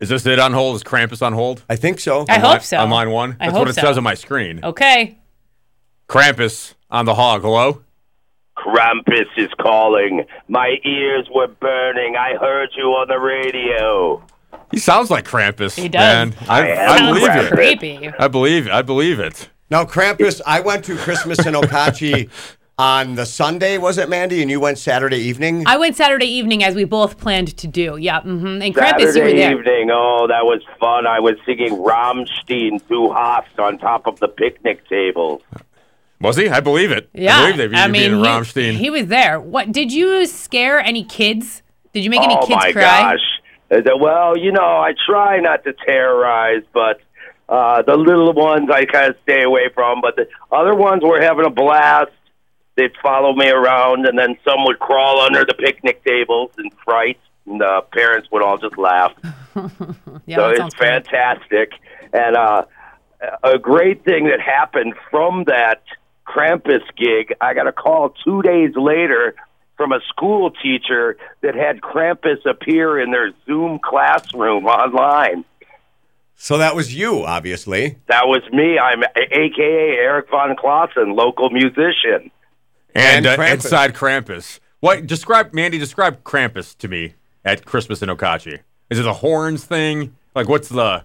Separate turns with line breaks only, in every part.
Is this it on hold? Is Krampus on hold?
I think so.
On
I hope
line-
so.
On line one?
I
That's
hope
what it
so. Oh.
says on my screen.
Okay.
Krampus on the hog. Hello?
Krampus is calling. My ears were burning. I heard you on the radio.
He sounds like Krampus.
He does.
Man. I,
I
I
am
believe
Sounds
it.
Krampus.
creepy.
I believe I believe it.
Now, Krampus, I went to Christmas in Okachi on the Sunday, was it, Mandy? And you went Saturday evening?
I went Saturday evening as we both planned to do. Yeah. Mm-hmm. And Krampus, you were
Saturday
there.
evening. Oh, that was fun. I was singing Rammstein Du hast on top of the picnic table.
Was he? I believe it.
Yeah.
I believe they beat you being
mean, he-
Rammstein.
He, was there. What did you scare any kids? Did you make any
oh
kids
my
cry?
gosh! I said, well, you know, I try not to terrorize, but uh, the little ones I kind of stay away from. But the other ones were having a blast. They'd follow me around, and then some would crawl under the picnic tables in fright. And the parents would all just laugh.
Yeah,
so
that
it's
sounds great.
fantastic. And uh, a great thing that happened from that Krampus gig, I got a call two days later from a school teacher that had Krampus appear in their Zoom classroom online.
so that was you, obviously.
That was me. I'm AKA Eric Von Clausen, local musician.
and
And
uh,
Krampus.
inside Krampus. What describe Mandy? Describe Krampus to me at Christmas in Okachi. Is it the horns thing? Like what's the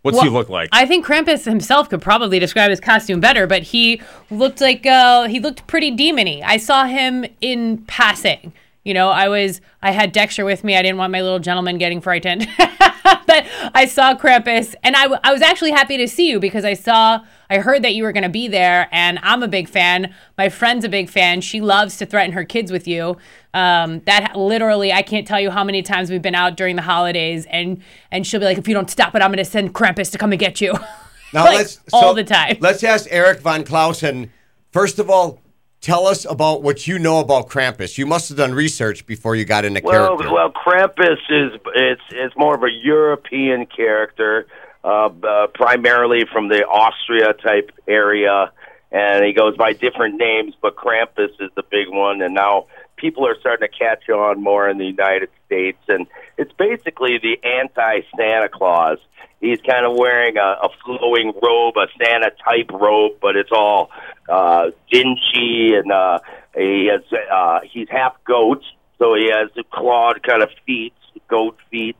what's he
Well,
look like?
I think Krampus himself could probably describe his costume better, but he looked like uh, he looked pretty demony. I saw him in passing. You know, I was I had Dexter with me. I didn't want my little gentleman getting frightened, but I saw Krampus, and I, w- I was actually happy to see you because I saw I heard that you were going to be there, and I'm a big fan. My friend's a big fan. She loves to threaten her kids with you. Um, that literally, I can't tell you how many times we've been out during the holidays, and and she'll be like, if you don't stop it, I'm going to send Krampus to come and get you.
Now
Like, all the time.
Let's ask Eric von Clausen. First of all, tell us about what you know about Krampus. You must have done research before you got into
Well,
character.
well, Krampus is it's it's more of a European character, uh, uh, primarily from the Austria type area, and he goes by different names, but Krampus is the big one, and now people are starting to catch on more in the United States, and it's basically the anti Santa Claus. He's kind of wearing a, a flowing robe, a Santa type robe, but it's all uh, dingy, and uh, he has uh, he's half goat. So he has the clawed kind of feet, goat feet,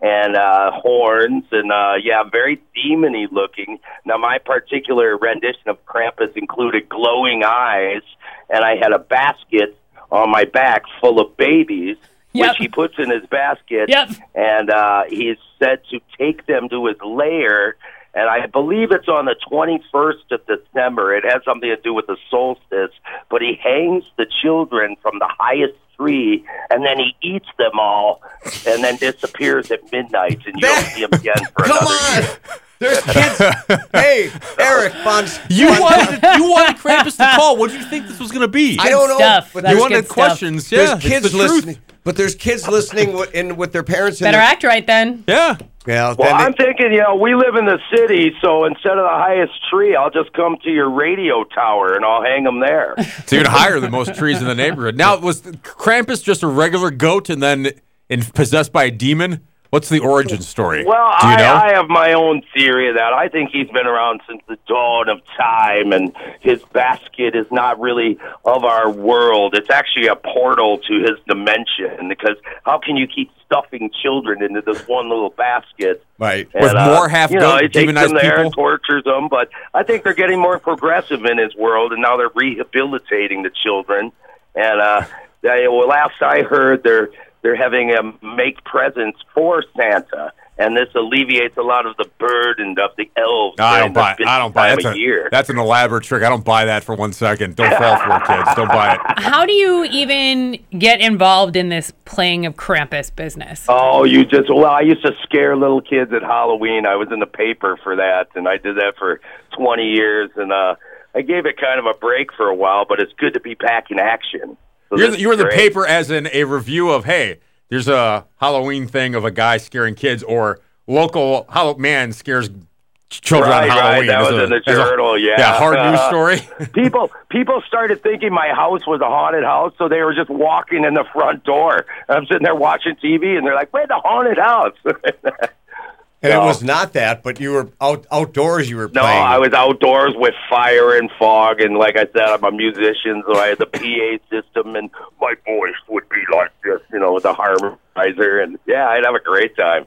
and uh, horns, and uh, yeah, very demony looking. Now, my particular rendition of Krampus included glowing eyes, and I had a basket on my back full of babies,
Yep.
which he puts in his basket,
Yep.
and uh, he's said to take them to his lair. And I believe it's on the 21st of December. It has something to do with the solstice. But he hangs the children from the highest tree, and then he eats them all, and then disappears at midnight, and you don't see him again for
Come
another
on!
year.
There's kids. hey, Eric von.
you wanted you wanted Krampus to call. What did you think this was going to be?
I don't know.
stuff.
But
That's
you
there's,
good
wanted
stuff.
questions.
there's
Yeah, it's
kids
the truth.
listening. But there's kids listening with, in, with their parents.
Better
and
act right then.
Yeah.
their, Yeah,
Well,
then they-
I'm thinking, you know, we live in the city, so instead of the highest tree, I'll just come to your radio tower and I'll hang them there.
It's even higher than most trees in the neighborhood. Now, was Krampus just a regular goat and then in, possessed by a demon? What's the origin story?
Well,
Do you
I,
know?
I have my own theory of that. I think he's been around since the dawn of time, and his basket is not really of our world. It's actually a portal to his dimension because how can you keep stuffing children into this one little basket?
Right.
With more half
uh, you know,
goat
he takes
demonized
them there
people?
and tortures them. But I think they're getting more progressive in his world, and now they're rehabilitating the children. And uh, they, well, last I heard, they're they're having him make presents for Santa, and this alleviates a lot of the burden of the elves.
I don't
during the
buy.
busy
I don't buy.
time
That's
of
a,
year.
that's an elaborate trick. I don't buy that for one second. Don't fall for it, kids. Don't buy it.
How do you even get involved in this playing of Krampus business?
Oh, you just well, I used to scare little kids at Halloween. I was in the paper for that, and I did that for 20 years, and uh, I gave it kind of a break for a while. But it's good to be back in action. So
You're
this
the,
is
you're the
great.
paper as in a review of hey, there's a Halloween thing of a guy scaring kids or local Hall- man scares ch- children
Right,
on
right,
Halloween.
that
as
was
a-
in the
as a-
journal, yeah.
yeah, hard news
Uh,
story.
People people started thinking my house was a haunted house, so they were just walking in the front door. I'm sitting there watching TV, and they're like, "Where's the haunted house?"
And
No.
it was not that, but you were out outdoors. You were
No,
playing.
I was outdoors with fire and fog, and like I said, I'm a musician, so I had the PA system, and my voice would be like this, you know, with the harmonizer, and yeah, I'd have a great time.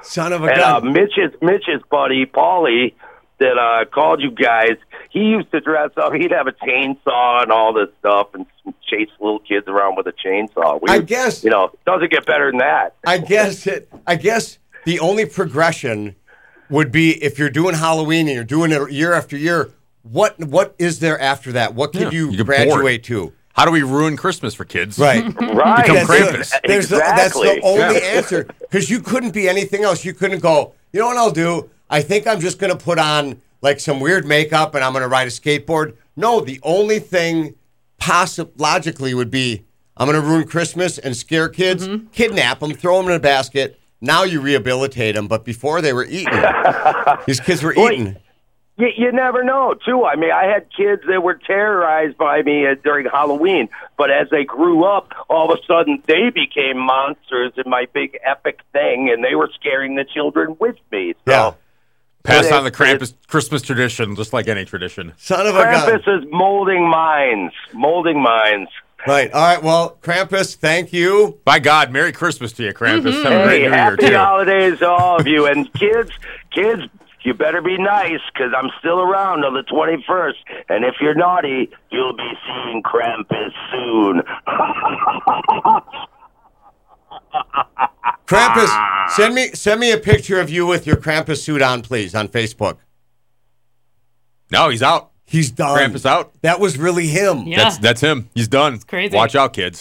son of a
And uh,
gun.
Mitch's Mitch's buddy Paulie that uh, called you guys, he used to dress up. He'd have a chainsaw and all this stuff, and chase little kids around with a chainsaw. We
I
would-
guess-
you know doesn't get better than that.
I guess it. I guess the only progression would be if you're doing Halloween and you're doing it year after year. What what is there after that? What can
Yeah,
you,
you get bored.
graduate to?
How do we ruin Christmas for kids?
Right.
Right,
Become
That's
Krampus.
it. There's the- that's the
Exactly.
only
Yeah.
answer because you couldn't be anything else. You couldn't go. You know what I'll do? I think I'm just going to put on like some weird makeup and I'm going to ride a skateboard. No, the only thing possible logically would be I'm going to ruin Christmas and scare kids,
Mm-hmm.
kidnap them, throw them in a basket. Now you rehabilitate them, but before they were eaten, these kids were
Well,
eaten.
You, you never know, too. I mean, I had kids that were terrorized by me uh, during Halloween, but as they grew up, all of a sudden they became monsters in my big epic thing, and they were scaring the children with me. So
Yeah.
Pass
But
on the
it-
Krampus Christmas tradition, just like any tradition.
Son of a gun.
Krampus is molding minds, molding minds.
Right. All right. Well, Krampus, thank you.
By God, Merry Christmas to you, Krampus. Have a great New
Hey,
Year
happy
too.
holidays to all of you, and kids, kids. You better be nice because I'm still around till the 21st. And if you're naughty, you'll be seeing Krampus soon.
Krampus, send me send me a picture of you with your Krampus suit on, please, on Facebook.
No, he's out.
He's done.
Krampus out.
That was really him.
Yeah.
That's that's him. He's done.
crazy.
Watch out, kids.